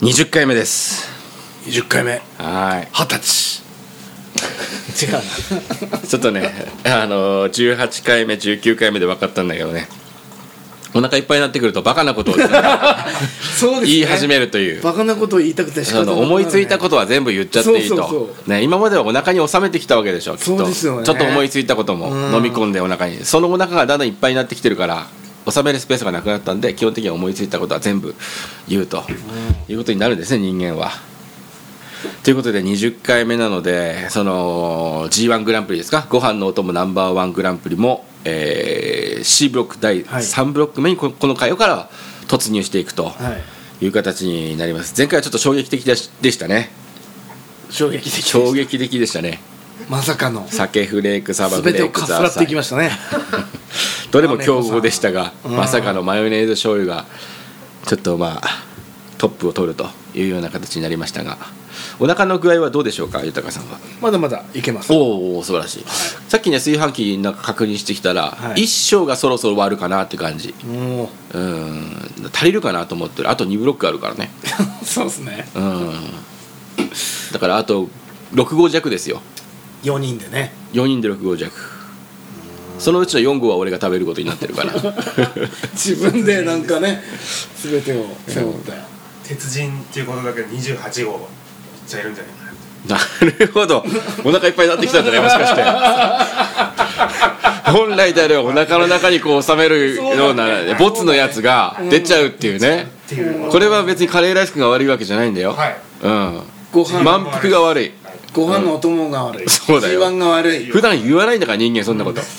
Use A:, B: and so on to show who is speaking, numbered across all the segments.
A: 20回目です
B: 20回目
A: は
B: 二十歳
C: 違うな
A: いちょっとね あのー18回目19回目で分かったんだけどねお腹いっぱいになってくるとバカなことを
B: そうですね
A: 言い始めるという
B: バカなことを言いたくて仕
A: あ
B: 方な
A: の
B: くなるね
A: 思いついたことは全部言っちゃっていいと
B: そうそう
A: ね、今まではお腹に収めてきたわけでしょきっと
B: そうですよね
A: ちょっと思いついたことも
B: うん
A: 飲み込んでお腹にそのお腹がだんだんいっぱいになってきてるから収めるスペースがなくなったんで基本的には思いついたことは全部言うと、いうことになるんですね人間は。ということで20回目なのでその g 1グランプリですかご飯のお供ナンバーワングランプリも、えー C ブロック第
B: はい
A: 3ブロック目にここの回から突入していくと。
B: はい
A: いう形になります前回はちょっと衝撃的でしでしたね
B: 衝撃的
A: 衝撃的でしたね
B: まさかの
A: 酒フレークサバフ
B: 全
A: レ
B: て
A: ー
B: を
A: ク
B: かす
A: ザ
B: ら
A: ー
B: っ
A: サ
B: て
A: イ
B: いきましたね
A: どれも強豪でしたがまさかのマヨネーズ醤油がちょっとまあトップを取るというような形になりましたがお腹の具合はどうでしょうか豊さんは
B: まだまだいけます
A: おお素晴らしいさっきね炊飯器なんか確認してきたら、
B: はい
A: 一升がそろそろ終わるかなって感じ
B: もう
A: うん足りるかなと思ってるあと2ブロックあるからね
B: そうですね
A: うんだからあと6合弱ですよ
B: 4人でね
A: 4人で6合弱そのうちの4合は俺が食べることになってる から
B: 自分でなんかね全てを背負って
D: 鉄人っていうことだけで28号いっちゃいるんじゃないかな
A: なるほどお腹いっぱいになってきたんじゃないもしかして本来であればお腹の中にこう収めるようなボツのやつが出ちゃうっていうね
D: ていう
A: これは別にカレーライス君が悪いわけじゃないんだよ、
D: はい
A: うん
B: ご飯
A: 満腹が悪い
B: ご飯のお供が悪い
A: そうだよ
B: G1 が悪い
A: 普段言わないんだから人間そんなこと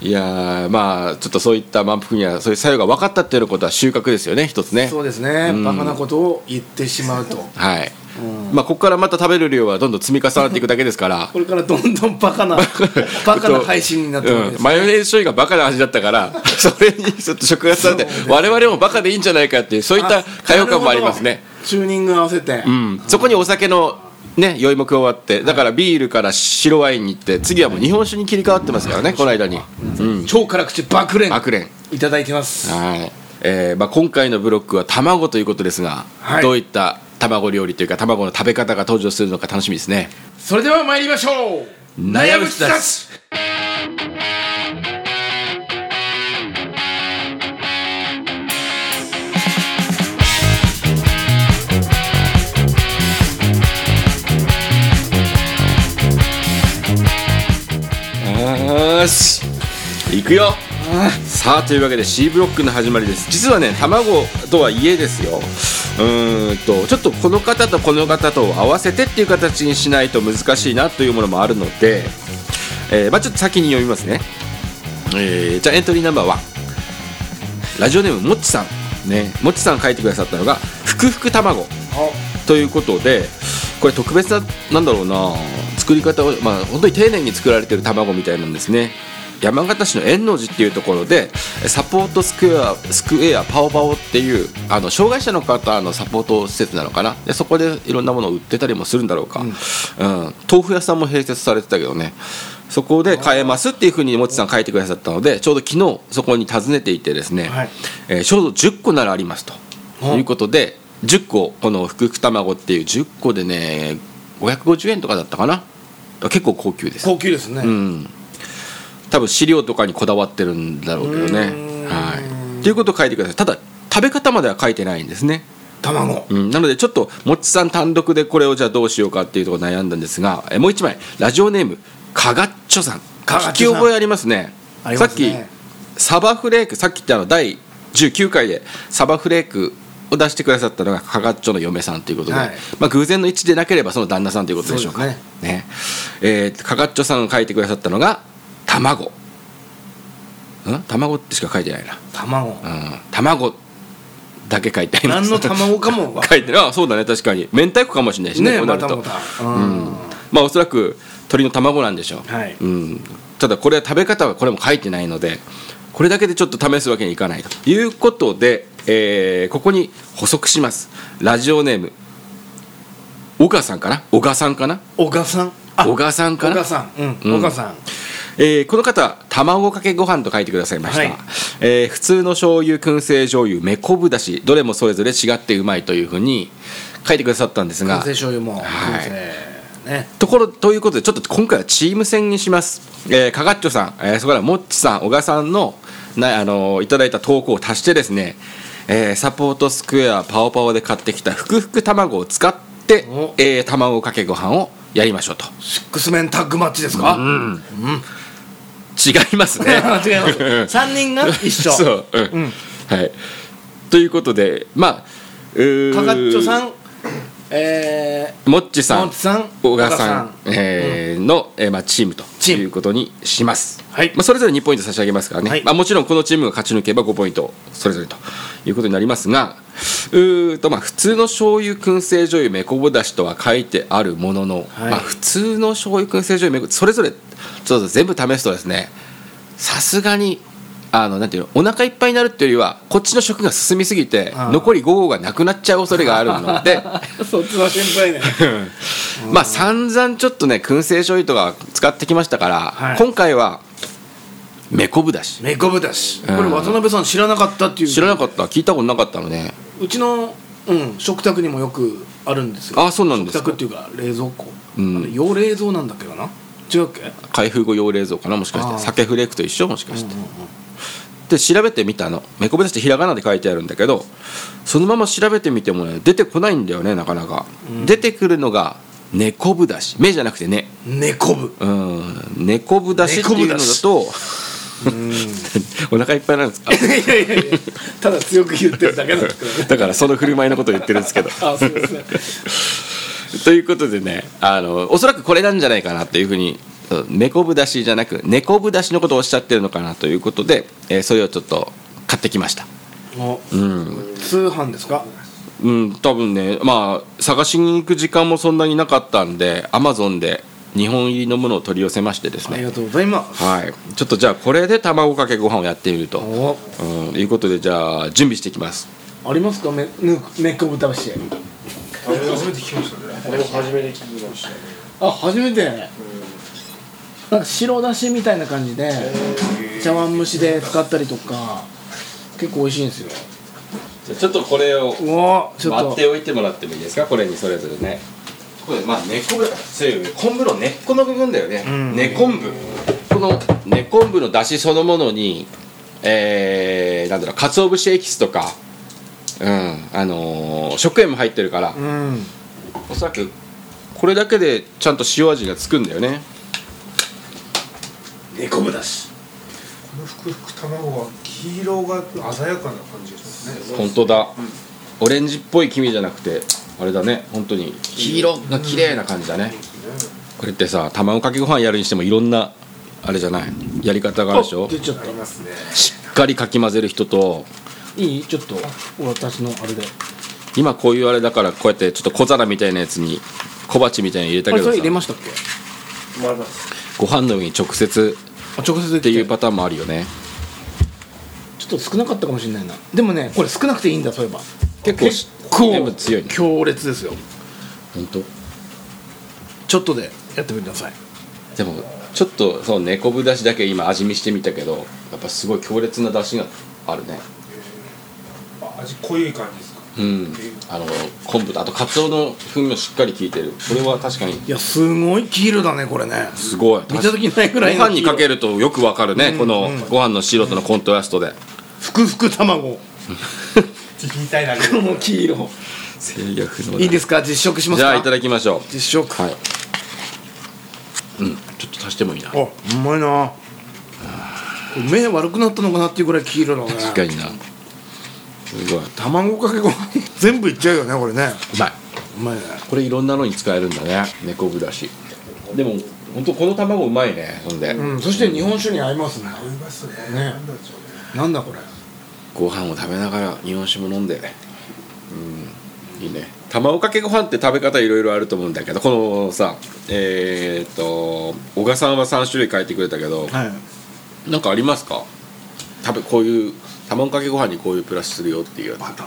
A: いやーまあちょっとそういった満腹にはそういう作用が分かったっていうことは収穫ですよね一つね
B: そうですね
A: うん
B: バカなことを言ってしまうと
A: はい、
B: うん
A: まあここからまた食べる量はどんどん積み重なっていくだけですから
B: これからどんどん バカな バカな配信になってくるんで
A: う
B: す
A: んマヨネーズ醤油がバカな味だったから それにちょっと食がされて我々もバカでいいんじゃないかっていうそういった解放感もありますね
B: チューニング合わせて
A: うん、そこにお酒のね酔いも加わってだからビールから白ワインに行って次はもう日本酒に切り替わってますからねこの間にうん
B: 超辛口爆連
A: 悪連
B: いただいてます
A: はい、えーまあ、今回のブロックは卵ということですが、
B: はい
A: どういった卵料理というか卵の食べ方が登場するのか楽しみですね
B: それでは参りましょう
A: 悩む人たち
B: ち
A: よーし行くよさあというわけで C ブロックの始まりです実はね卵とはいえですようーんとちょっとこの方とこの方とを合わせてっていう形にしないと難しいなというものもあるので、えーまあ、ちょっと先に読みますね、えーじゃあエントリーナンバー1ラジオネームもっちさんねもっちさんが書いてくださったのが「ふくふく卵」ということでこれ特別ななんだろうな作り方を、まあ、本当に丁寧に作られてる卵みたいなんですね山形市の円能寺っていうところでサポートスクエアスクエアパオパオっていうあの障害者の方のサポート施設なのかなでそこでいろんなものを売ってたりもするんだろうか、うん豆腐屋さんも併設されてたけどねそこで買えますっていうふうにもちさん書いてくださったのでちょうど昨日そこに訪ねていてですね、
B: はい
A: えーちょうど10個ならありますと
B: うん
A: いうことで10個このふくふく卵っていう10個でね550円とかだったかな結構高級です
B: 高級ですね、
A: うん多分飼料とかにこだわってるんだろうけど
B: うー
A: ね
B: ん
A: はいっていうことを書いてくださいただ食べ方までは書いてないんですね
B: 卵
A: うん、なのでちょっともっちさん単独でこれをじゃあどうしようかっていうところ悩んだんですがえもう一枚ラジオネームかがっちょさん
B: かがっちょ
A: 聞き
B: さん
A: 覚えありますね
B: あり
A: さ
B: ま
A: っ
B: す
A: き
B: ね
A: サバフレークさっきってあの第19回でサバフレークを出してくださったのがかがっちょの嫁さんということで、
B: はい
A: まあ、偶然の一致でなければその旦那さんということでしょうか
B: そう
A: ね
B: です
A: えーかがっちょさんが書いてくださったのが卵ん卵ってしか書いてないな、
B: 卵
A: うん、卵だけ書いてあります
B: 何の卵かもわか
A: 書いてるあそうだね確かに明太子かもしれ ないしね
B: ね
A: こうなる
B: また
A: と
B: また、うん
A: まあおそらく鳥の卵なんでしょう、
B: はい
A: うん、ただこれは食べ方はこれも書いてないのでこれだけでちょっと試すわけにいかないということで、えーここに補足しますラジオネーム小川さんかな小川さんかな
B: 小川さんあ
A: 小川さんか
B: 小
A: な
B: 川さんうん、
A: うん
B: 小川さん
A: えーこの方卵かけご飯と書いてくださいました、
C: はい
A: えー普通の醤油燻製醤油めこぶだしどれもそれぞれ違ってうまいというふうに書いてくださったんです
B: 完
A: が
B: 成醤油も
A: はい
B: 燻製ね
A: ところということでちょっと今回はチーム戦にします、えー、かがっちょさん、えーそこからもっちさん小賀さんのな、あのーいただいた投稿を足してですね、えーサポートスクエアパオパオで買ってきたふくふく卵を使って
B: お、
A: えー卵かけご飯をやりましょうと
B: シックスメンタッグマッチですか、
A: 違 いますね
C: 違い ます三人が一緒
A: そう、うんはいということでまあうー
B: かかっちょさんえ
A: もっちさ
B: も
A: ん
B: っちさん
A: 小川さん
B: 小
A: えーの、えーまあ、チームと
B: チーム
A: いうことにします、
B: はい
A: まあ、それぞれ2ポイント差し上げますからね、
B: はい
A: まあ、もちろんこのチームが勝ち抜けば5ポイントそれぞれということになりますがうーとまあ普通の醤油燻製醤油めこぼだしとは書いてあるものの、
B: はい
A: まあ、普通の醤油燻製醤油めこそれぞれちょっと全部試すとですねさすがにあのなんていうのお腹いっぱいになるっていうよりはこっちの食が進みすぎて
B: ああ
A: 残り5号がなくなっちゃう恐れがあるの で。
B: ー、そっちは心配ね
A: まあ散々ちょっとね燻製醤油とか使ってきましたから、
B: はい
A: 今回はめこぶだし
B: めこぶだしこれ
A: うん
B: 渡辺さん知らなかったっていう
A: 知らなかった聞いたことなかったのね
B: うちの、うん、食卓にもよくあるんですよ
A: あそうなんですか
B: 食卓っていうか冷蔵庫、
A: うん
B: あの洋冷蔵なんだっけかな違うっけ
A: 開封後用冷蔵かなもしかし
B: あ
A: て
B: あ
A: 酒フレークと一緒もしかして、で調べてみたのめこぶだしってひらがなで書いてあるんだけどそのまま調べてみてもね出てこないんだよねなかなか、出てくるのが猫ぶだし目じゃなくてね
B: ねこぶ
A: うん猫ぶだしっていうのだと お腹いっぱいなんですか
B: いやいやいやいやただ強く言ってるだけなんですけどね
A: だからその振る舞いのことを言ってるんですけど
B: あそうですね
A: ということでねあのおそらくこれなんじゃないかなというふうにうん猫ぶだしじゃなく猫ぶだしのことをおっしゃってるのかなということで、えーそれをちょっと買ってきました
B: お
A: うん、
B: 通販ですか
A: うん、多分ねまあ探しに行く時間もそんなになかったんでアマゾンで日本入りのものを取り寄せましてです
B: あり
A: ね
B: がとうございます、
A: はいちょっとじゃあこれで卵かけご飯をやってみると、
B: お
A: うん、いうことでじゃあ準備していきます
B: ありますかめぬねこぶだし
D: 初めて聞きましたね
E: 俺も初めて聞きましたね
B: あ初めてなんか白だしみたいな感じで茶碗蒸しで使ったりとか結構美味しいんですよ
A: ちょっとこれを
B: うわちょっ
A: 割っ
B: と
A: ておいてもらってもいいですかこれにそれぞれねこれまあ根っこぶそういう昆布の根っこの部分だよね、
B: ん
A: 根昆布この根昆布の出汁そのものにえー、なんだろう鰹節エキスとかうんあのー食塩も入ってるから、
B: うん
A: おそらくこれだけでちゃんと塩味がつくんだよね
B: ねこぶだし
D: このふくふく卵は黄色が鮮やかな感じがしますね
A: 本当だ、オレンジっぽい黄身じゃなくてあれだね本当に黄色が綺麗な感じだね、これってさ卵かけご飯やるにしてもいろんなあれじゃないやり方があるでしょ
B: 出ちゃった
D: ありますね
A: しっかりかき混ぜる人と
B: いいちょっと私のあれで
A: 今こういうあれだからこうやってちょっと小皿みたいなやつに小鉢みたいに入れた
B: あ
A: け
B: れ
A: ど
B: それ
A: さ
B: 入れましたっけ
E: まだです
A: ご飯の上に直接
B: あ直接で
A: っていうパターンもあるよね
B: ちょっと少なかったかもしれないなでもねこれ少なくていいんだそういえば
A: 結構し全部強いね
B: 強烈ですよ
A: 本当
B: ちょっとでやってみてください
A: でもちょっとその猫ぶだしだけ今味見してみたけどやっぱすごい強烈な出汁があるね
D: あ味濃い感じですか
A: うんあの昆布とあとカツオの風味もしっかり効いてるこれは確かに
B: いやすごい黄色だねこれね
A: すごい
B: 見た時ないぐらい
A: ご
B: の
A: 飯にかけるとよくわかるね、このご飯の白とのコントラストで
B: ふくふく卵
D: 聞きたいな
B: この黄色
A: 制御不能
B: いいですか実食します
A: じ
B: か
A: ゃあいただきましょ
B: 実食
A: うはいうんちょっと足してもいいな
B: あうまいなこれ目悪くなったのかなっていうぐらい黄色だね
A: 確かになすごいう
B: 卵かけご飯全部いっちゃうよねこれね
A: まいう
B: まいね
A: これいろんなのに使えるんだね猫ぶだしでも本当この卵うまいねほんで、
B: うんそして日本酒に合いますね
D: 合いますね
B: ね
D: なんだろうね
B: なんだこれ
A: ご飯を食べながら日本酒も飲んでうんいいね卵かけご飯って食べ方いろいろあると思うんだけどこのさえー、っと小賀さんは3種類書いてくれたけど、
B: はい
A: なんかありますか食べこういう卵かけご飯にこういうプラスするよっていう
D: バター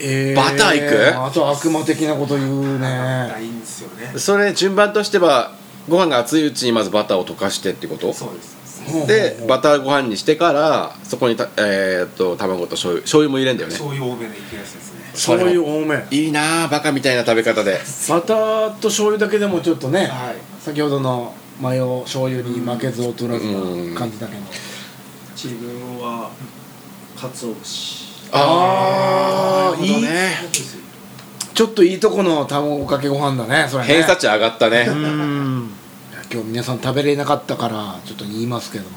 B: え
A: バターいく
B: あと悪魔的なこと言うね
D: ないんですよね
A: それ順番としてはご飯が熱いうちにまずバターを溶かしてってこと
D: そうです
A: でバターご飯にしてからそこにた、えーっと卵と醤油醤油も入れんだよね
D: そういう多めでいけるやつですね
B: 醤油多め
A: いいなあバカみたいな食べ方で
B: バターと醤油だけでもちょっとね、
D: はい
B: 先ほどのマヨ醤油に負けず劣らず
A: うん
B: な感じだけど、
E: 自分は鰹節
A: あ
B: ーいいちょっといいとこの卵かけご飯だねそれね
A: 偏差値上がったね
B: うんいや今日皆さん食べれなかったからちょっと言いますけども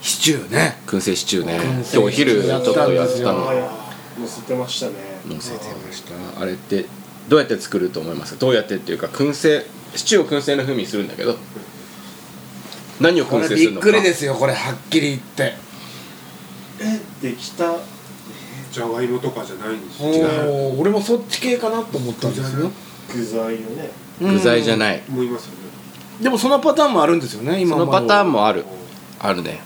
B: シチューね
A: 燻製シチューね
B: 燻
A: 今
B: 製
A: 日お昼ちょっとやってた
B: あ
A: の
E: あや乗せてましたね
A: 載せてましたあれってどうやって作ると思いますかどうやってっていうか燻製シチューを燻製の風味にするんだけど何を
B: こ
A: 燻
B: れ
A: 製する
B: びっ
A: のか
B: くりですよこれはっきり言って
E: できた
D: じゃがいもとかじゃないんですよ
B: おー俺もそっち系かなと思ったんですよ
E: 具材をね
A: 具材じゃ
B: い
A: ない
D: 思いますよね
B: でもそのパターンもあるんですよね
A: そ
B: 今
A: のパターン
B: も
A: もあるあるね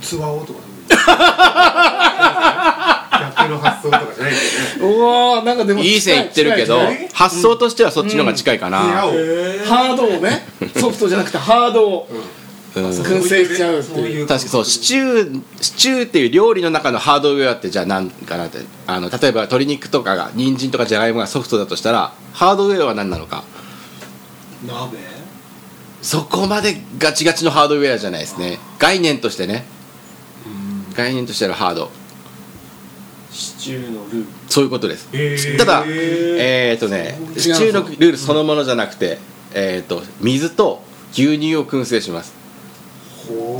D: 器をとか逆の発想とかじゃないですよね
B: うわーなんかでも
A: いい線いってるけど
B: 近い近い
A: 発想としてはそっちの方が近いかな、
D: 部屋を
B: 近いハードを ねソフトじゃなくてハードを
A: うん確
B: 燻製しちゃうって
D: そう
B: いう
D: いう
A: かにそうシチューシチューっていう料理の中のハードウェアってじゃあ何かなってあの例えば鶏肉とかが人参とかじゃがいもがソフトだとしたらハードウェアは何なのか
D: 鍋
A: そこまでガチガチのハードウェアじゃないですね概念としてね概念としてのハード
E: シチューのルー
A: そういうことです、
D: えー
A: ただえー、っとね
B: 違う
A: シチューのルールそのものじゃなくて、えー、っと水と牛乳を燻製します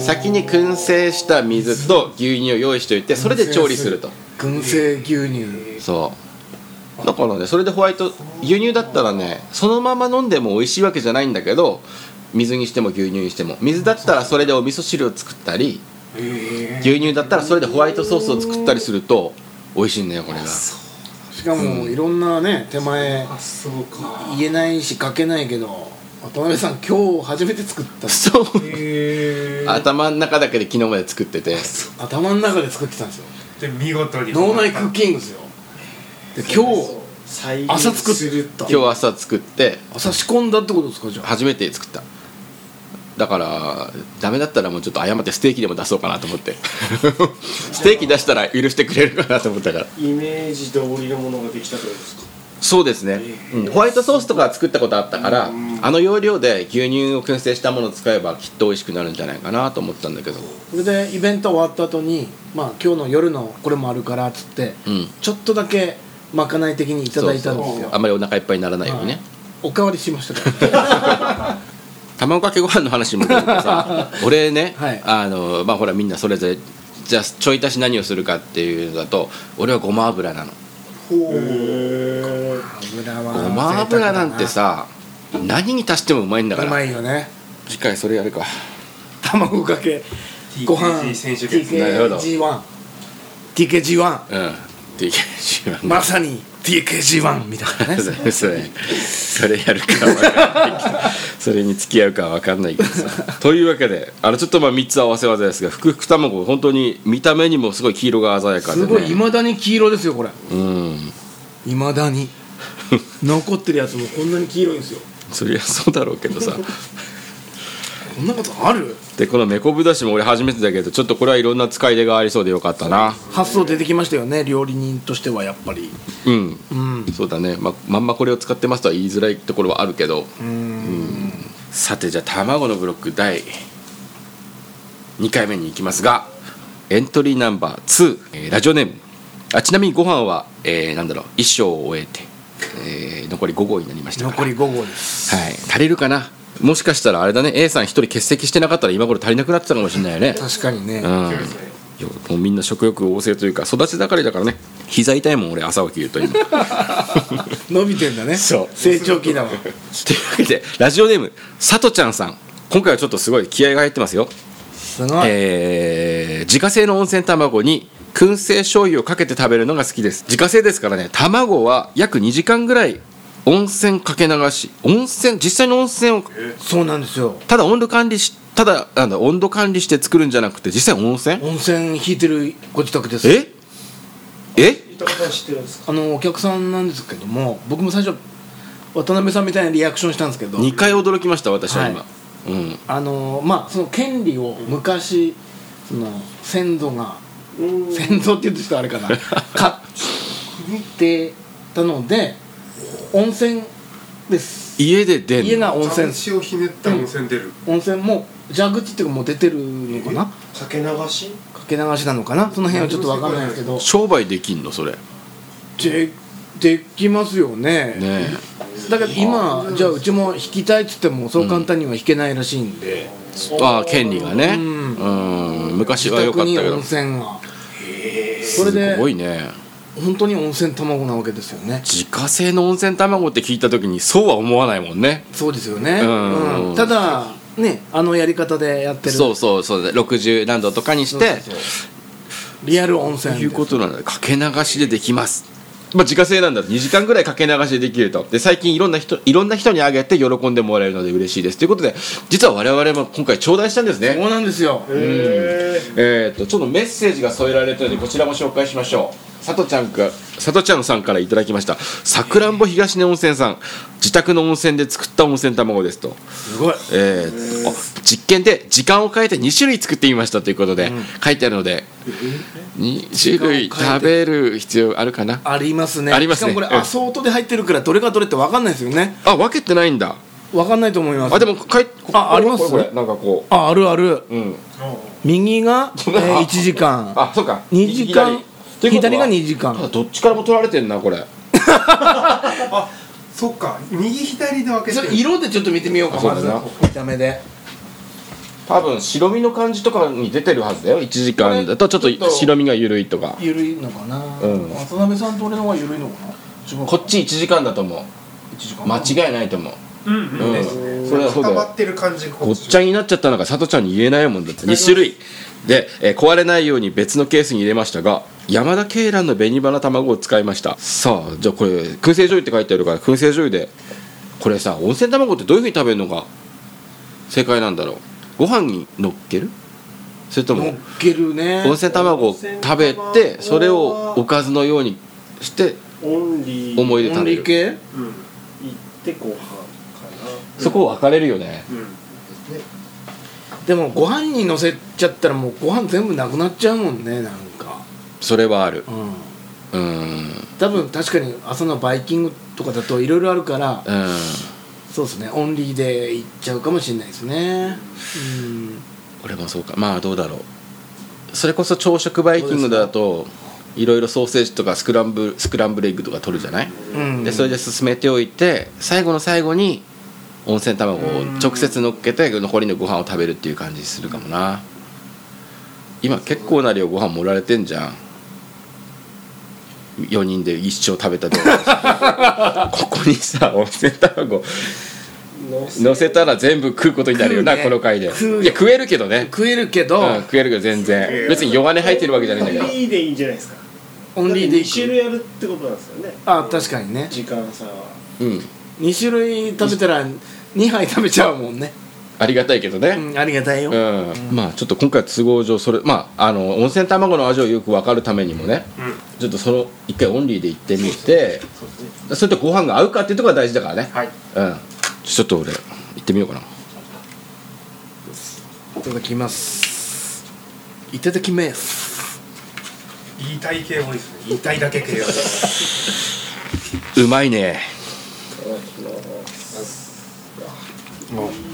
A: 先に燻製した水と牛乳を用意しておいてそれで調理すると
B: 燻製牛乳
A: そうだからねそれでホワイト牛乳だったらねそのまま飲んでも美味しいわけじゃないんだけど水にしても牛乳にしても水だったらそれでお味噌汁を作ったり
D: え
A: 牛乳だったらそれでホワイトソースを作ったりすると美味しいんだよこれが
B: しかもいろんなね手前
D: あそうか
B: 言えないし書けないけど渡辺さん今日初めて作った
A: そう
D: えー
A: 頭の中だけで昨日まで作ってて
B: 頭の中で作ってたんですよ
D: で見事に
B: 脳内クッキングですよで今日
E: 再
B: 朝
E: 現
B: 作
E: する
B: った
A: 今日朝作って
B: 朝仕込んだってことですかじゃあ
A: 初めて作っただからダメだったらもうちょっと謝ってステーキでも出そうかなと思って ステーキ出したら許してくれるかなと思ったから
E: イメージ通りのものができたってことですか
A: そうですね、うんホワイトソースとかは作ったことあったから、あの要領で牛乳を燻製したものを使えばきっと美味しくなるんじゃないかなと思ったんだけど
B: それでイベント終わった後にまあ今日の夜のこれもあるからっつって、
A: うん
B: ちょっとだけまかない的にいただいたんです
A: そうそう
B: よ
A: あんまりお腹いっぱいにならないようにね、
B: おかわりしました から、ね、
A: 卵かけご飯の話も出るけど さ俺ね、
B: はい
A: あのまあほらみんなそれぞれじゃあちょい足し何をするかっていうのだと俺はごま油なの
B: 油は
A: ごま油なんてさ何に足してもうまいんだか
B: う
A: ら
B: まいよね
A: 次回それやるか
B: 卵かけご飯
D: TKG 選手権
A: なるほど
B: TKG1TKG1
A: うん TKG は
B: まさに TKG1 みたいなね
A: それそれやるかわかんないけどそれに付き合うかわかんないけど さというわけであのちょっとまあ3つ合わせ技ですがふくふく卵本当に見た目にもすごい黄色が鮮やかで、ね、
B: すごい未だに黄色ですよこれ
A: うん
B: 未だ に残ってるやつもこんなに黄色いんですよ
A: そりゃそうだろうけどさ
B: こんなことある
A: でこのめこぶだしも俺初めてだけどちょっとこれはいろんな使い出がありそうでよかったな
B: 発想出てきましたよね料理人としてはやっぱり
A: うん
B: うん
A: そうだねままんまこれを使ってますとは言いづらいところはあるけどうんさてじゃあ卵のブロック第2回目に行きますがエントリーナンバー2、えーラジオネームあちなみにご飯は、えーなんだろう一生を終えて、えー残り5号になりましたから
B: 残り5号です
A: はい足りるかなもしかしたらあれだね A さん一人欠席してなかったら今頃足りなくなってたかもしれ ないよね
B: 確かにね
A: うんいやもうみんな食欲旺盛というか育ち盛りだからね膝痛いもん俺朝起きると今
B: 伸びてんだね
A: そう
B: 成長期だわ
A: というわけでラジオネームさとちゃんさん今回はちょっとすごい気合が入ってますよ、
B: すごい、
A: えー自家製の温泉卵に燻製醤油をかけて食べるのが好きです自家製ですからね卵は約2時間ぐらい温泉かけ流し温泉実際の温泉を
B: そうなんですよ
A: ただ温度管理しただなんだ温度管理して作るんじゃなくて実際温泉
B: 温泉引いてるご自宅です
A: ええ
E: 言ったことは知ってるんですか
B: あのお客さんなんですけども僕も最初渡辺さんみたいなリアクションしたんですけど
A: 2回驚きました私は今、
B: は
A: うん
B: あのーまあその権利を昔その先祖が
E: うん
B: 先祖って言うとちょっとあれ かな買ってたので温泉です
A: 家で出んの
B: 家が温泉
D: 蛇口をひねった温泉出る、
B: 温泉も蛇口っていうかもう出てるのかな
E: かけ流し
B: かけ流しなのかなその辺はちょっとわからないですけど
A: 商売できんのそれね
B: でできますよね
A: え
B: だけど今じゃあうちも弾きたいっつってもそう簡単には弾けないらしいんで、
A: ああ権利がねう
B: うん
A: ん昔
B: 自
A: は良か
B: 宅
A: ったけ
B: に温
A: ど
B: 泉がそれ
A: す
B: で
A: ごいね
B: 本当に温泉卵なわけですよね
A: 自家製の温泉卵って聞いた時にそうは思わないもんね
B: そうですよね、
A: うん
B: うんただねあのやり方でやってる
A: そうそうそうだ60何度とかにし
B: そう
A: て
B: そうリアル温泉
A: ということなんだかけ流しでできます、まあ、自家製なんだ2時間ぐらいかけ流しでできるとで最近いろんな人いろんな人にあげて喜んでもらえるので嬉しいですということで実は我々も今回頂戴したんですね
B: そうなんですよ
A: えー、とちょっとメッセージが添えられたのでこちらも紹介しましょうさとちゃんかさとちゃんさんからいただきましたさくらんぼ東根温泉さん自宅の温泉で作った温泉卵ですと
B: すごい
A: えーあ実験で時間を変えて2種類作ってみましたということで、書いてあるので2種類
B: 時間を変え
A: 食べる必要あるかな
B: ありますね
A: ありますね
B: しかもこ
A: う
B: れ
A: ん
B: アソートで入ってるからどれがどれって分かんないですよね
A: あ分けてないんだ
B: 分かんないと思います
A: あでもかい
B: ああります
A: これこれなんかこ
B: ああるある
A: ううん
B: 右が、えー、
A: あ
B: 1時間
A: あそうか
B: 二時間
A: 左ということは
B: 左が二時間
A: ただどっちからも取られてんなこれ
D: あそっか右左で分けて
B: それ色でちょっと見てみようか
A: あそう
B: ま
A: だ
B: ず
A: な
B: 見た目で
A: 多分白身の感じとかに出てるはずだよ1時間だとちょっ
B: これちょっ
A: と
B: と
A: 白身が緩いとか
B: 緩いのかな、
A: うん
B: 渡辺さんと俺の方が緩いのかな違うか
A: こっち1時間だと思
B: 1時
A: う
B: 間
A: 間違いないと思う
D: うんうん、
A: うん
D: ですね
A: それはそうだ
D: 固
A: よ
D: まってる感じこ
A: ごっちゃになっちゃったのが佐藤ちゃんに言えないもんだって2種類で、えー壊れないように別のケースに入れましたが山田鶏卵の紅花卵を使いましたさあじゃあこれ燻製醤油って書いてあるから燻製醤油でこれさ温泉卵ってどういうふうに食べるのが正解なんだろうご飯に乗っけるそれと
B: 乗っ
A: も
B: けるね
A: 温泉卵を食べ
E: 温泉
A: て
E: 卵
A: それをおかずのようにして
E: オンリー
A: 思い出食べ
B: 理
A: る
B: 系
D: うんうん
E: 行ってご飯か
A: そこ分かれるよね
B: でもご飯にのせちゃったらもうご飯全部なくなっちゃうもんねなんか
A: それはある
B: うん
A: うーん
B: 多分確かに朝のバイキングとかだといろいろあるから
A: うーん
B: そうですねオンリーでいっちゃうかもしれないですねうん
A: 俺もそうかまあどうだろうそれこそ朝食バイキングだといろいろソーセージとかスクランブルスクランブルエッグとか取るじゃない、
B: うん
A: でそれで進めておいて最後の最後に温泉卵を直接乗っけて残りのご飯を食べるっていう感じするかもな今結構な量ご飯盛られてんじゃん4人で一生食べた動 画ここにさ温泉卵
E: な
A: 乗せたら全部食うことになるよな、
B: 食
A: こ
B: う
A: の回
B: ね
A: でいや
B: 食うよ
A: 食えるけどね
B: 食えるけど、
A: うん、食えるけど全然別に弱音入ってるわけじゃないんだけ
E: オ
A: ど
E: ンリーでいいんじゃないですか
B: オンリーで
E: だって二種
B: いく
E: 類やるってことなんですよね
B: あ確かにね
E: 時間差は
A: うん
B: 2種類食べたら2杯食べちゃうもんね
A: ありがたいけどね
B: うんありがたいよ、
A: うん、まあちょっと今回都合上それまああの温泉卵の味をよく分かるためにもね、ちょっとその一回オンリーで行ってみてそれとご飯が合うかっていうところが大事だからね、
D: はい
A: うんちょっと俺行ってみようかない
B: ただきますいただきます
D: 言いたい系多いですね言いたいだけ系が
A: うまいね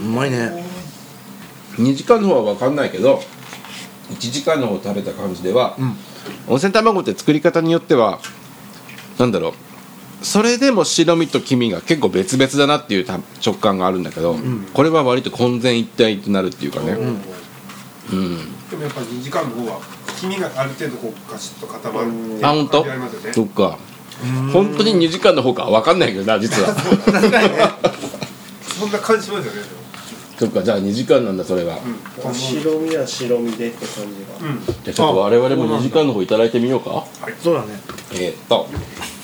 B: うまいね
A: 2時間の方は分かんないけど1時間の方食べた感じでは、
B: うん
A: 温泉卵って作り方によってはなんだろうそれでも白身と黄身が結構別々だなっていうた食感があるんだけど、これは割と混然一体となるっていうかね、うん
D: でもやっぱ2時間の方は黄身がある程度こうガシッと固まるっていう
A: あ本当
D: 感じありますよね
A: そっか本当に2時間の方か分かんないけどな実は
D: そんな感じしますよね
A: そっかじゃあ2時間なんだそれは、
D: うんこの
E: 白身は白身でって感じが
D: うん
A: じゃあちょっと我々も2時間の方いただいてみようか
B: そうだね
A: えー、っと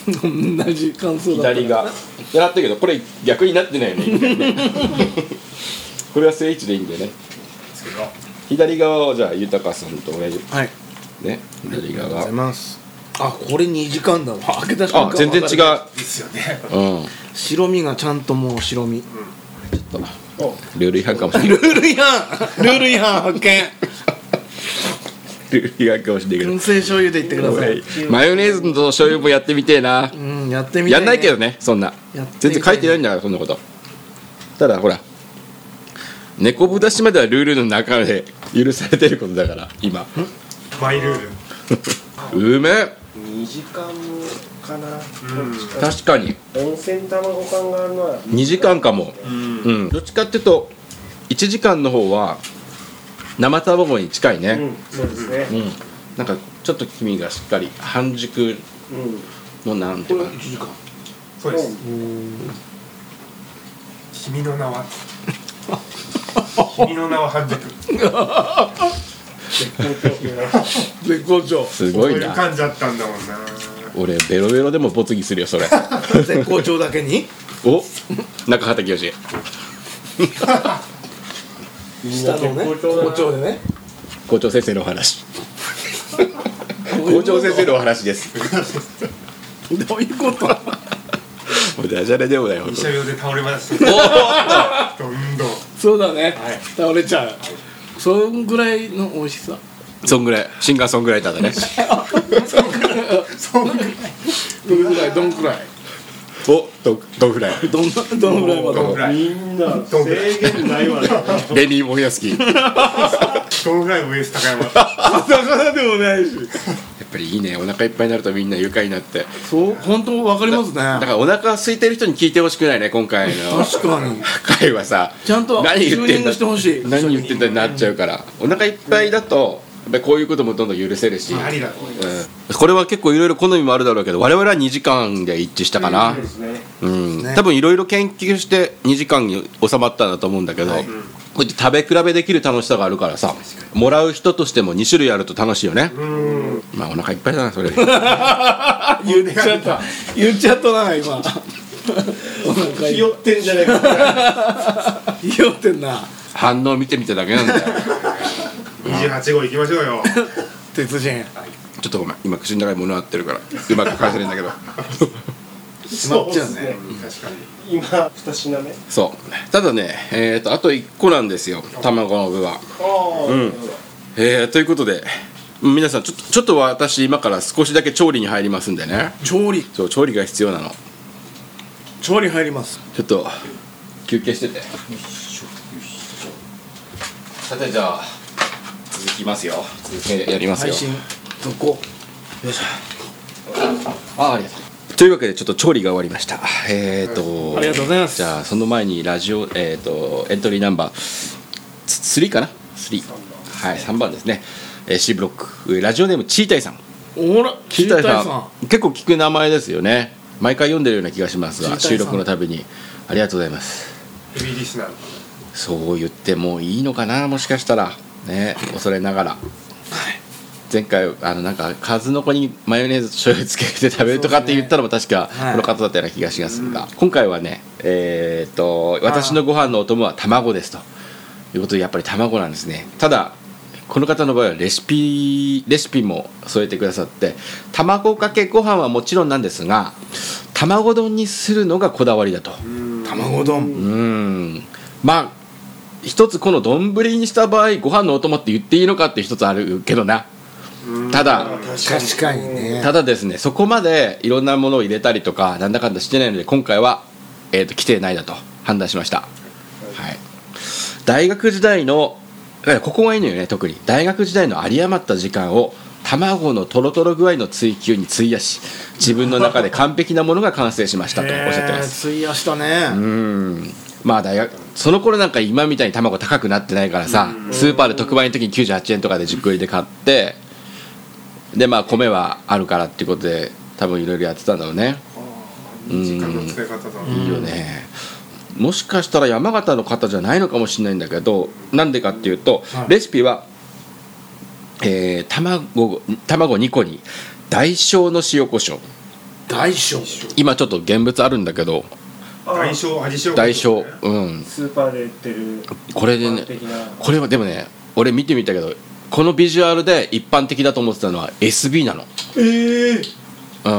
B: 同じ感想だった
A: 左が狙ったけどこれ逆になってないよね一回ね これは正位置でいいんだよね
D: ですけど
A: 左側をじゃあ豊さんと同じ
B: はいあり
A: ね左
B: がとうご
A: 側
B: ざいますあこれ2時間だわ開けた瞬間
A: あ全然違
B: わか
A: う
D: ですよね
A: うん
B: る白身がちゃんともう白身
A: ルール違反かもしれな
B: ル
A: い
B: ール違反ルール違反発見
A: ルール違反かもしれないけど
B: 燻製醤油でいってください
A: マヨネーズと醤油もやってみてえな
B: うんやってみて
A: やんないけどねそんな
B: やってみたいね
A: 全然書いてないんだからそんなことただほら猫ぶだしまではルールの中で許されてることだから今
D: マイルール
A: うめえ
E: 2時間かな、
D: ん
A: 確かに
E: 温泉卵缶があるのは
A: 2時間かも
D: うん
A: うんどっちかっていうと1時間の方は生卵に近いね
E: うんそうですね
A: うん、なんかちょっと黄身がしっかり半熟
E: うん
A: のなんていうか
B: 1時間
D: そうです君の名は君の名は半熟
B: 絶好調
A: す
D: そ
A: ご
D: う
A: い
D: いう
A: な
D: 感じだったんだもんな
A: 俺ベロベロでも没議するよそ れ
B: 絶好調だけに
A: お中畑清
B: 下のね好調でね
A: 校長先生のお 話校長先生のお話です
B: どういうこと
A: ダジャレでもないほ
D: 二車両で倒れましたどんどん
B: そうだね、倒れちゃうそんぐらいの美味しさ
A: そんぐらいシンガーソングライターだね
B: どんぐらいどんくらい
A: おドドフライ
B: どんなどのぐらいまで
D: どんぐらい
E: みんな制限ないわね
A: レニー・モリヤスキーやっ
D: どんぐらいウエスト高山だ
B: 魚でもないし
A: ぱりいいねお腹いっぱいになるとみんな愉快になって
B: そう本当わかります
A: だか
B: ね
A: らお腹空いてる人に聞いてほしくないね今回の
B: 確かに
A: 回はさ
B: ちゃんと
A: 何
B: チ
A: 言
B: ュ
A: っ
B: ー
A: て
B: ニ
A: ん
B: ン
A: だ
B: グしてほしい
A: 何言ってんだになっちゃうからお腹いっぱいだとやっぱりこういうこともどんどん許せるし、
D: ありだと思います
A: うんこれは結構いろいろ好みもあるだろうけど我々は2時間で一致したかな、
E: そうですね
A: うん
B: ね
A: 多分いろいろ研究して2時間に収まったんだと思うんだけど、こうやって食べ比べできる楽しさがあるからさもらう人としても2種類あると楽しいよねまあお腹いっぱいだなそれ
B: 言っちゃった言っちゃったな今お腹い
E: ひ
B: っ
E: よってんじゃないか
B: ぱいひよってんな
A: 反応見てみただけなんだよ
D: 28号行きましょうよ
B: 鉄人
A: ちょっとごめん今口の中に物合ってるからうまく返せないんだけど
E: そうですね
D: 確かに
E: 今2品目
A: そうただねえー、とあと1個なんですよ卵の部は
E: ああ、なるほど
A: えー、ということで皆さんちょっとちょっと私今から少しだけ調理に入りますんでね
B: 調理
A: そう調理が必要なの
B: 調理入ります
A: ちょっと休憩しててさてじゃあ続きますよ続きやります
B: 配
A: よ
B: 信どこ
A: あありがとうというわけでちょっと調理が終わりましたえっ、ー、と
B: ありがとうございます
A: じゃあその前にラジオえっ、ー、とエントリーナンバーつ3かな3はい3番ですね、えー、C ブロックえーラジオネームチータイさん
B: おら
A: チ
B: 知
A: ー
B: り
A: タ
B: た
A: イさ
B: い
A: ん
B: さ
A: 結構聞く名前ですよね毎回読んでるような気がします
B: チータ
A: が
B: イさん
A: 収録のたびにありがとうございます
D: ヘビーリスナーの
A: そう言ってもいいのかなもしかしたらね恐れながら、前回あのなんか数の子にマヨネーズと醤油つけて食べるとかって言ったのも確か
B: はい
A: この方だったような気がしますが、今回はねえーっと私のご飯のお供は卵ですということでやっぱり卵なんですねただこの方の場合はレシピレシピも添えてくださって卵かけご飯はもちろんなんですが卵丼にするのがこだわりだと。
B: ん卵丼
A: うーんまあ一つこの丼にした場合ご飯のお供って言っていいのかって一つあるけどなただ
B: 確かにね
A: ただですねそこまでいろんなものを入れたりとかなんだかんだしてないので今回は、えー、と規定ないだと判断しました、はい、大学時代のだからここがいいのよね特に大学時代の有り余った時間を卵のとろとろ具合の追求に費やし自分の中で完璧なものが完成しましたとおっしゃってます
B: 費やしたね
A: うんまあ大学その頃なんか今みたいに卵高くなってないからさスーパーで特売の時に98円とかで10個入りで買ってでまあ米はあるからっていうことで多分いろいろやってたんだろうね
D: 時間の使い方だ
A: いいよねもしかしたら山形の方じゃないのかもしれないんだけどなんでかっていうとレシピは、えー卵卵2個に大小の塩コショウ
B: 大小
A: 今ちょっと現物あるんだけど
E: あ
D: 代
E: あ
D: 償味償
A: 大小うん
E: スーパーで売ってる
A: これでね
E: 一般的な
A: これはでもね俺見てみたけどこのビジュアルで一般的だと思ってたのは SB なの
E: ええ
A: う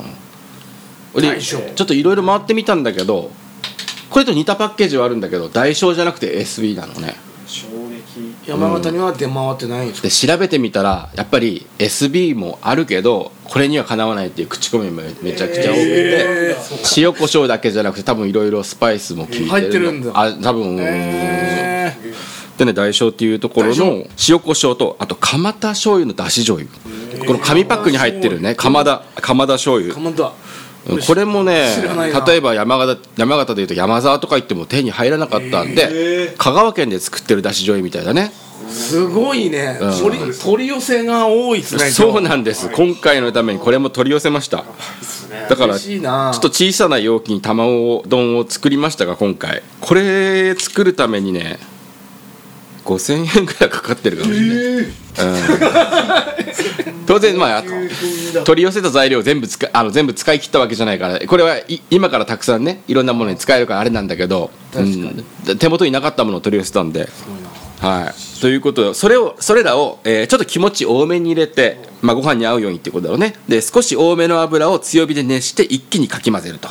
A: んで
B: 大
A: ち
B: 小
A: ょっといろいろ回ってみたんだけどこれと似たパッケージはあるんだけど大小じゃなくて SB なのね
E: 衝撃
B: 山形には出回ってないんですか、
A: で調べてみたらやっぱり SB もあるけどこれにはかなわないっていう口コミもめちゃくちゃ多くて、
B: えー
A: 塩コショウだけじゃなくて多分いろいろスパイスも効いてるの
B: 入ってるんだ
A: あ多分、
B: え
A: でね大正っていうところの塩コショウとあと蒲田醤油のだし醤油、この紙パックに入ってるね蒲田蒲田醤
B: ー、
A: 油
B: かまど
A: うんこれもね
B: 知らないな
A: 例えば山形山形でいうと山沢とか行っても手に入らなかったんで、香川県で作ってるだし醤油みたいだね
B: すごいね、
A: うん
B: 取り取り寄せが多いですね
A: そう
B: 今日
A: なんです今回のためにこれも取り寄せましただから
B: 嬉
A: ち
B: し
A: ょ
B: いな
A: っと小さな容器に卵丼を作りましたが今回これ作るためにね5000円ぐらいかかってるかもしれない、うん、当然まあ取り寄せた材料を全部使いあの全部使い切ったわけじゃないからこれはい今からたくさんねいろんなものに使えるからあれなんだけどうん手元になかったものを取り寄せたんではいということでそれをそれらを、えーちょっと気持ち多めに入れて、まあ、ご飯に合うようにっていうことだろうねで少し多めの油を強火で熱して一気にかき混ぜると、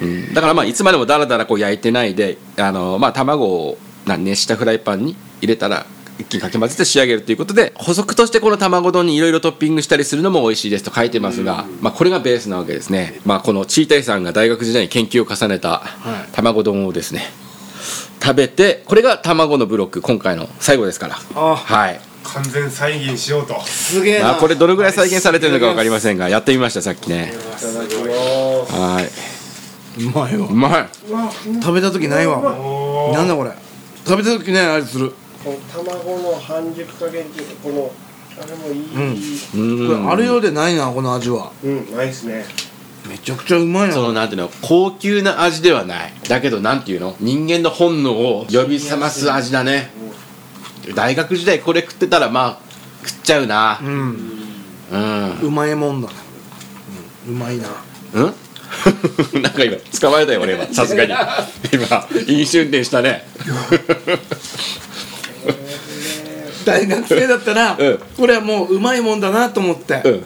A: うん、だからまあいつまでもダラダラこう焼いてないであの、まあ、卵をな熱したフライパンに入れたら一気にかき混ぜて仕上げるということで補足としてこの卵丼にいろいろトッピングしたりするのも美味しいですと書いてますが、まあ、これがベースなわけですね、まあ、このチータイさんが大学時代に研究を重ねた卵丼をですね食べてこれが卵のブロック今回の最後ですから
B: あ
A: はい、
D: 完全再現しようと
B: すげえな、
A: まあ、これどれぐらい再現されてるのか分かりませんがやってみましたさっきね
E: いただきま
A: は
B: うま
A: い
B: いわ
A: うまい
B: 食べた時ないわ
D: お
B: なんだこれ食べた時ないあれする、
E: すこの卵の半熟加減っていうかこのあれもいい
A: うん
B: これあるようでないなこの味は
E: うんないですね
B: めちゃくちゃうまい な
A: そのなんていうの高級な味ではないだけどなんていうの人間の本能を呼び覚ます味だね大学時代これ食ってたらまあ食っちゃうな
B: うん
A: うん
B: うまいもんだね、うんうまいな
A: うんなんか今捕まえたよ俺はさすがに今飲酒運転したね
B: 大学生だったら、
A: うん
B: これはもううまいもんだなと思って、
A: うん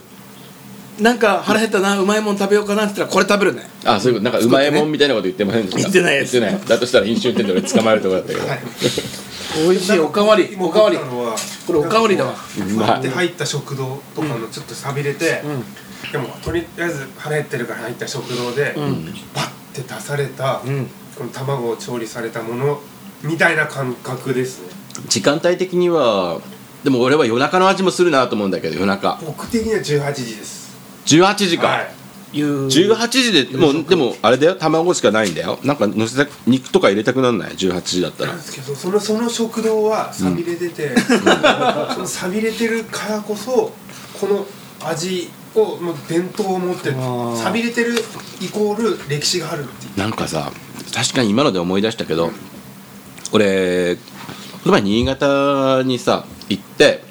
B: なんか腹減ったなうまいもん食べようかなって言ったらこれ食べるね
A: あそういうことなんかうまいもんみたいなこと言ってませんでした
B: 言ってないです
A: 言ってないだとしたら飲酒運転で俺捕まえるとこだったけど
B: 美味しいおかわりおかわりこれおかわりだわ
A: うまい
D: で入った食堂とかのちょっとさびれて、でもとりあえず腹減ってるから入った食堂で、パッて出された、
B: うん
D: この卵を調理されたものみたいな感覚ですね
A: 時間帯的にはでも俺は夜中の味もするなと思うんだけど夜中
D: 僕的には18時です
A: 18時か、
D: はい
B: いう
A: 18時でもうでもあれだよ卵しかないんだよなんかのせた肉とか入れたくなんない18時だったら
D: なんですけどそのその食堂はさびれてて、そのさびれてるからこそこの味をもう伝統を持って
B: ー
D: さびれてるイコール歴史があるっていう
A: なんかさ確かに今ので思い出したけど俺この前新潟にさ行って、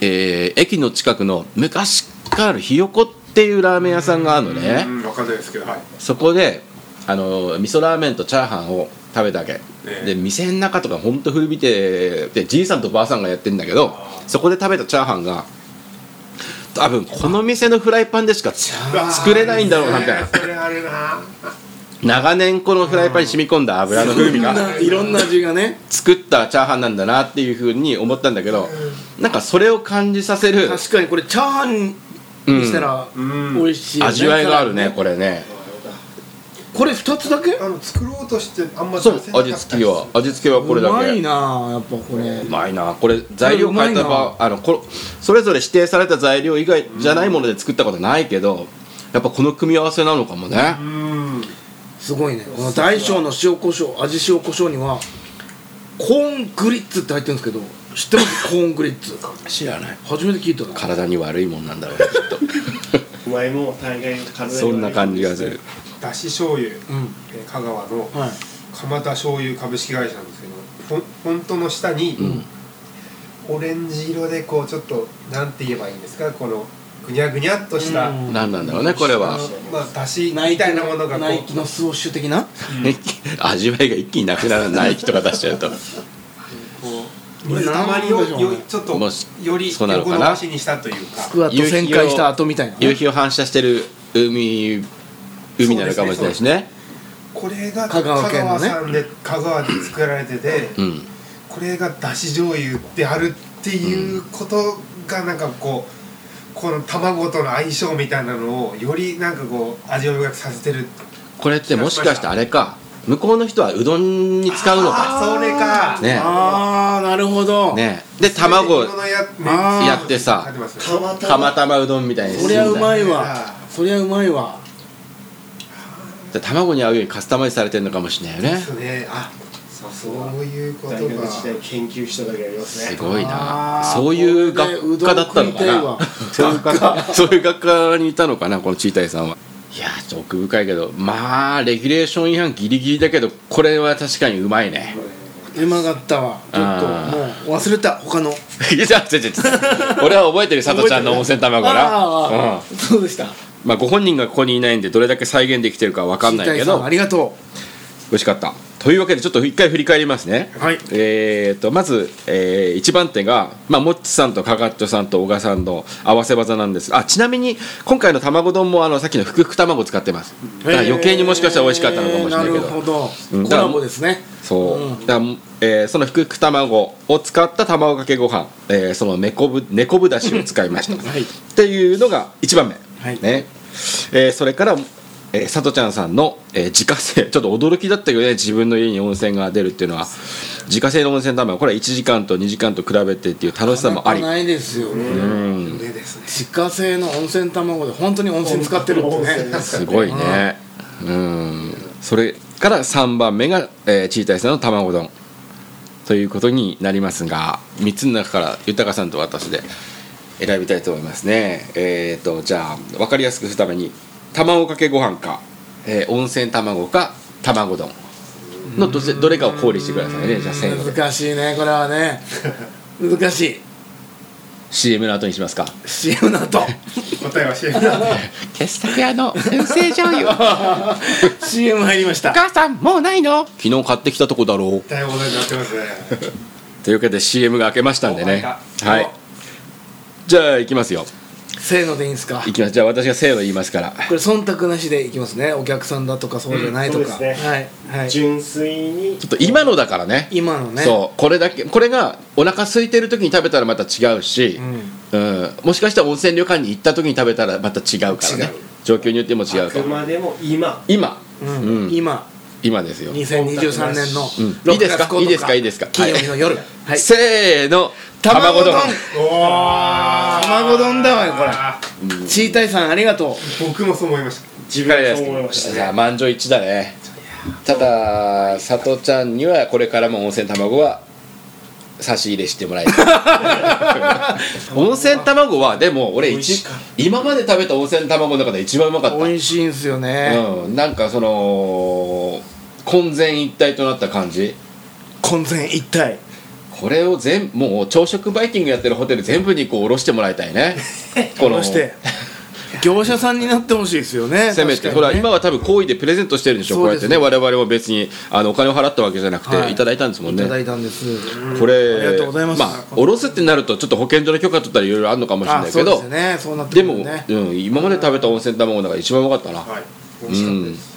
A: えー駅の近くの昔からあるひよこっていうラーメン屋さんがあるのね、
D: うんわかんないですけどはい
A: そこであの味噌ラーメンとチャーハンを食べたわけ、
D: え
A: で店の中とかほんと古びてでじいさんとばあさんがやってんだけどそこで食べたチャーハンが多分この店のフライパンでしかつ作れないんだろうなみたいな
D: それあるな
A: 長年このフライパンに染み込んだ油の風味が
B: いろんな味がね
A: 作ったチャーハンなんだなっていうふうに思ったんだけどなんかそれを感じさせる
B: 確かにこれチャーハンにしたら
D: うん
B: 美味しいよね、
A: 味わいがあるねこれね
B: これ2つだけ
D: あの作ろうとしてあんま
A: そう
D: 出せなかった
A: 味
D: りす
A: 付
D: る
A: けは味付けはこれだけ
B: うまいなやっぱこれ
A: うまいなこれ材料変えた場合あのこそれぞれ指定された材料以外じゃないもので作ったことないけどやっぱこの組み合わせなのかもね
D: うん
B: すごいねこの大小の塩コショウ味塩コショウにはコーングリッツって入ってるんですけど知ってますコーングリッツ
A: 知らない
B: 初めて聞いたな
A: 体に悪いもんなんだろうね きっ
E: うまいもん大概体
A: と
E: に
A: そんな感じがする
D: だし醤
B: う
D: 油、
B: ん
D: えー香川の
B: はい
D: 蒲田醤油株式会社なんですけどフォンフォントの下に、オレンジ色でこうちょっとなんて言えばいいんですかこのぐにゃぐにゃっとした、
B: うん
A: 何なんだろうねこれは
D: あのまあだしみたいなものがこ
B: ナイ
D: う
B: キのスウォッシュ的な
A: 味わいが一気になくならない人が出しちゃうと
D: こう水たまりを
B: なんでしょうね
D: よちょっと
A: もし
D: より
A: そうなの
D: 横
A: かな
D: 伸ばしにしたというか
B: スクワット旋回した後みたいな
A: 夕日を反射してる海海なのかもしれないしね
D: これが
B: 香
D: 香
B: 川
D: 川
B: 県のね
D: さんで香川で作られてて、
A: うん
D: これがだし醤油であるっていうことがなんかこうこの卵との相性みたいなのをよりなんかこう味を深くさせてる
A: これってもしかしてあれか向こうの人はうどんに使うのか
D: あーそれか
A: ね
B: ああなるほど、
A: ねで卵
D: それで煮物
B: あー
A: やってさ
D: やってますね
E: たまた
A: 釜
E: ま
A: 玉うどんみたいに
B: そりゃうま
A: い
B: いわそりゃうまいわ
A: 卵に合うようにカスタマイズされてるのかもしれないよね
D: そうねあそうそういうことが
E: 大学時代研究しただけあります
A: す
E: ね
A: ごいな
B: あー
A: そういう学科だったのか
B: こ
A: な そういう学科そういう学科にいたのかなこのチータイさんはいやーちょっと奥深いけどまあレギュレーション違反ギリギリだけどこれは確かにうまいね
B: うまかったわちょっと
A: あ
B: もう忘れた他の
A: いや違う違う違う俺は覚えてる佐藤ちゃんの温泉卵な、う
B: あ
A: ん
B: あ、そうでした
A: まあ、ご本人がここにいないんでどれだけ再現できてるかわかんないけ
B: 新谷さ
A: ど
B: んありがと
A: 美味しかったというわけでちょっと一回振り返りますね
B: はい
A: えー、とまず、えー一番手が、まあ、モッチさんとかかっちょさんと小賀さんの合わせ技なんですあちなみに今回の卵丼もあのさっきのふくふく卵使ってますだ
B: う
A: から余計にもしかしたら美味しかったのかもしれないけ
B: えー
A: ど
B: なるほど、
A: うん
B: コラボですね
A: そう、
B: うん
A: だからえーそのふくふく卵を使った卵かけご飯、えーその猫ぶ猫ぶだしを使いました、
B: はい
A: っていうのが1番目、
B: はい
A: ねえーそれから、えー、さとちゃんさんの、えー自家製 ちょっと驚きだったけどね自分の家に温泉が出るっていうのは自家製の温泉卵これは1時間と2時間と比べてっていう楽しさもあり
B: なかなかないですよね、
A: うん
D: ねですね
B: 自家製の温泉卵で本当に温泉使ってるって
E: 温
B: ね
E: 泉です
A: ごいねうんそれから3番目が、えー、チータイさんの卵丼ということになりますが3つの中から豊さんと私で選びたいと思いますねえっ、とじゃあ分かりやすくするために卵かけご飯か、えー温泉卵か卵丼のどせどれかを考慮してくださいねじゃあせーので
B: 難しいねこれはね難しい
A: CM の後にしますか
B: CM の後
D: 答えはシェフだ
A: 傑作屋の先生醤油
B: CM 入りました
A: 母さんもうないの昨日買ってきたとこだろう
D: 大問題になってますね
A: というわけで CM が明けましたんでね
D: お
A: はいじゃあ行きますよ
B: せーのでいいんですか
A: 行きますじゃあ私がせーの言いますから
B: これ忖度なしでいきますねお客さんだとかそうじゃないと
E: うん
B: か、
E: そうですね
B: はい、はい、
E: 純粋に
A: ちょっと今のだからね
B: 今のね
A: そうこれだけこれがお腹空いてる時に食べたらまた違うし、
B: ん
A: うんもしかしたら温泉旅館に行った時に食べたらまた違うからね
B: 違う
A: 状況によっても違
E: あ
A: うと
E: くまでも今
A: 今、
B: うん
A: うん
B: 今
A: 今ですよ、
B: 2023年の
A: うん
B: 6月9
A: い
B: 日、
A: いですかいいですかいいですか
B: 金曜日の夜はい、
A: せーの卵丼
D: おー
B: 卵丼だわよこれチータイさんありがとう
D: 僕もそう思いました
E: 自分でそう思いました
A: じゃあ満場一致だねただ佐藤ちゃんにはこれからも温泉卵は差し入れしてもらいたい温泉卵はでも俺
E: 美味し
A: 一
E: かっ
A: 今まで食べた温泉卵の中で一番うまかっ
B: 美味しいんすよ
A: た、
B: ね、
A: うん、なんかその混然一体となった感じ
B: 混然一体
A: これを全もう朝食バイキングやってるホテル全部にこうおろしてもらいたいねこの
B: そして業者さんになってほしいです よね
A: せめて、
B: 確
A: ほ
B: からにね
A: 今は多分好意でプレゼントしてるんでしょ
B: そう
A: こうやっ
B: う
A: て
B: です
A: ね我々も別にあのお金を払ったわけじゃなくて、
B: はい
A: い、ただいたんですもんね
B: いただいたんです
A: これ
B: ありがとうございます
A: あおろすってなるとちょっと保健所の許可取ったりいろいろあるのかもしれ
B: あ
A: ない
B: そ
A: け
B: うで
A: ど
B: すよねそうなって
A: で
B: く
A: も
B: る、ね
A: うん、今まで食べた温泉卵の中で一番うまかったな、
D: はい美
A: う
D: 味しかった
A: ん
D: です、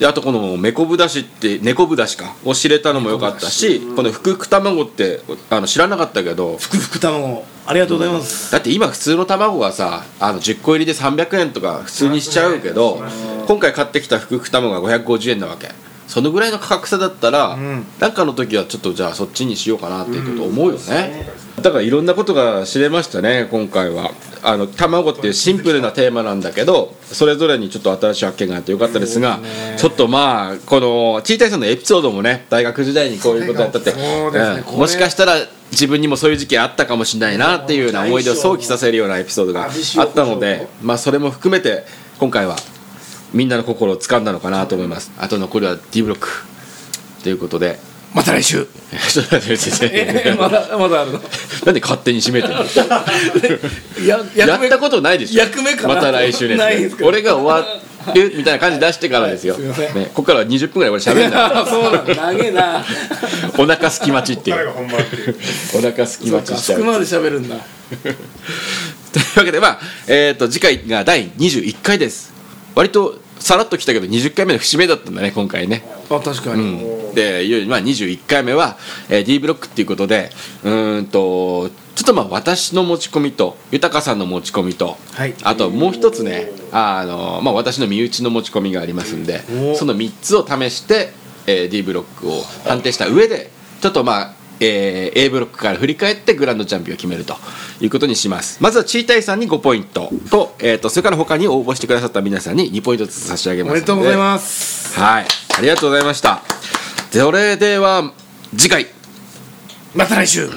A: であとこのめこぶだしって猫ぶだしかを知れたのも良かったしこのふくふく卵ってあの知らなかったけど
B: ふくふく卵ありがとうございます、
A: だって今普通の卵がさあの10個入りで300円とか普通にしちゃうけど今回買ってきたふくふく卵が550円なわけそのぐらいの価格差だったら、
B: ん
A: なんかの時はちょっとじゃあそっちにしようかなっていうこと思うよね、だからいろんなことが知れましたね今回はあの卵っていうシンプルなテーマなんだけどそれぞれにちょっと新しい発見があってよかったですがちょっとまあこのちいたいさんのエピソードもね大学時代にこういうことやったって、
B: そうですね
A: うん
B: これ
A: もしかしたら自分にもそういう時期あったかもしれないなっていうような思い出を想起させるようなエピソードがあったので、まあ、それも含めて今回はみんなの心を掴んだのかなと思いますあと残りは D ブロックということ で
B: また来週
A: ちょっと待って先
B: え
A: 生
B: まだまだあるの
A: なんで勝手に締めて るの
B: や
A: やったことないでしょ
B: 役目かな
A: また来週ね
B: ないですけど
A: 俺が終わえみたいな感じ出してからですよ、
B: はいすいません
A: ね、ここからは20分ぐらい俺喋んな
B: そうなんだ長えな
A: お腹すき待ちってい
D: 彼
A: う
D: が本番っていう
A: お腹すき
B: そう
A: 待ち
B: か
A: しちゃ
B: 服
A: う
B: まで喋るんだ
A: というわけでまあ、えー、と次回が第21回です割とさらっと来たけど20回目の節目だったんだね今回ね
B: あ確かに、
A: うん、でいよいよ、まあ、21回目は、えー D ブロックっていうことでうーんとちょっとまあ私の持ち込みと豊さんの持ち込みと、
B: はい
A: あともう一つねあの、まあ、私の身内の持ち込みがありますんでその3つを試して、えー D ブロックを判定した上でちょっとまあえー A ブロックから振り返ってグランドチャンピオンを決めるということにしますまずはチータイさんに5ポイントと,、えー、とそれから他に応募してくださった皆さんに2ポイントずつ差し上げます
B: おめでとうございます
A: すはいありがとうございましたそれでは次回
B: また来週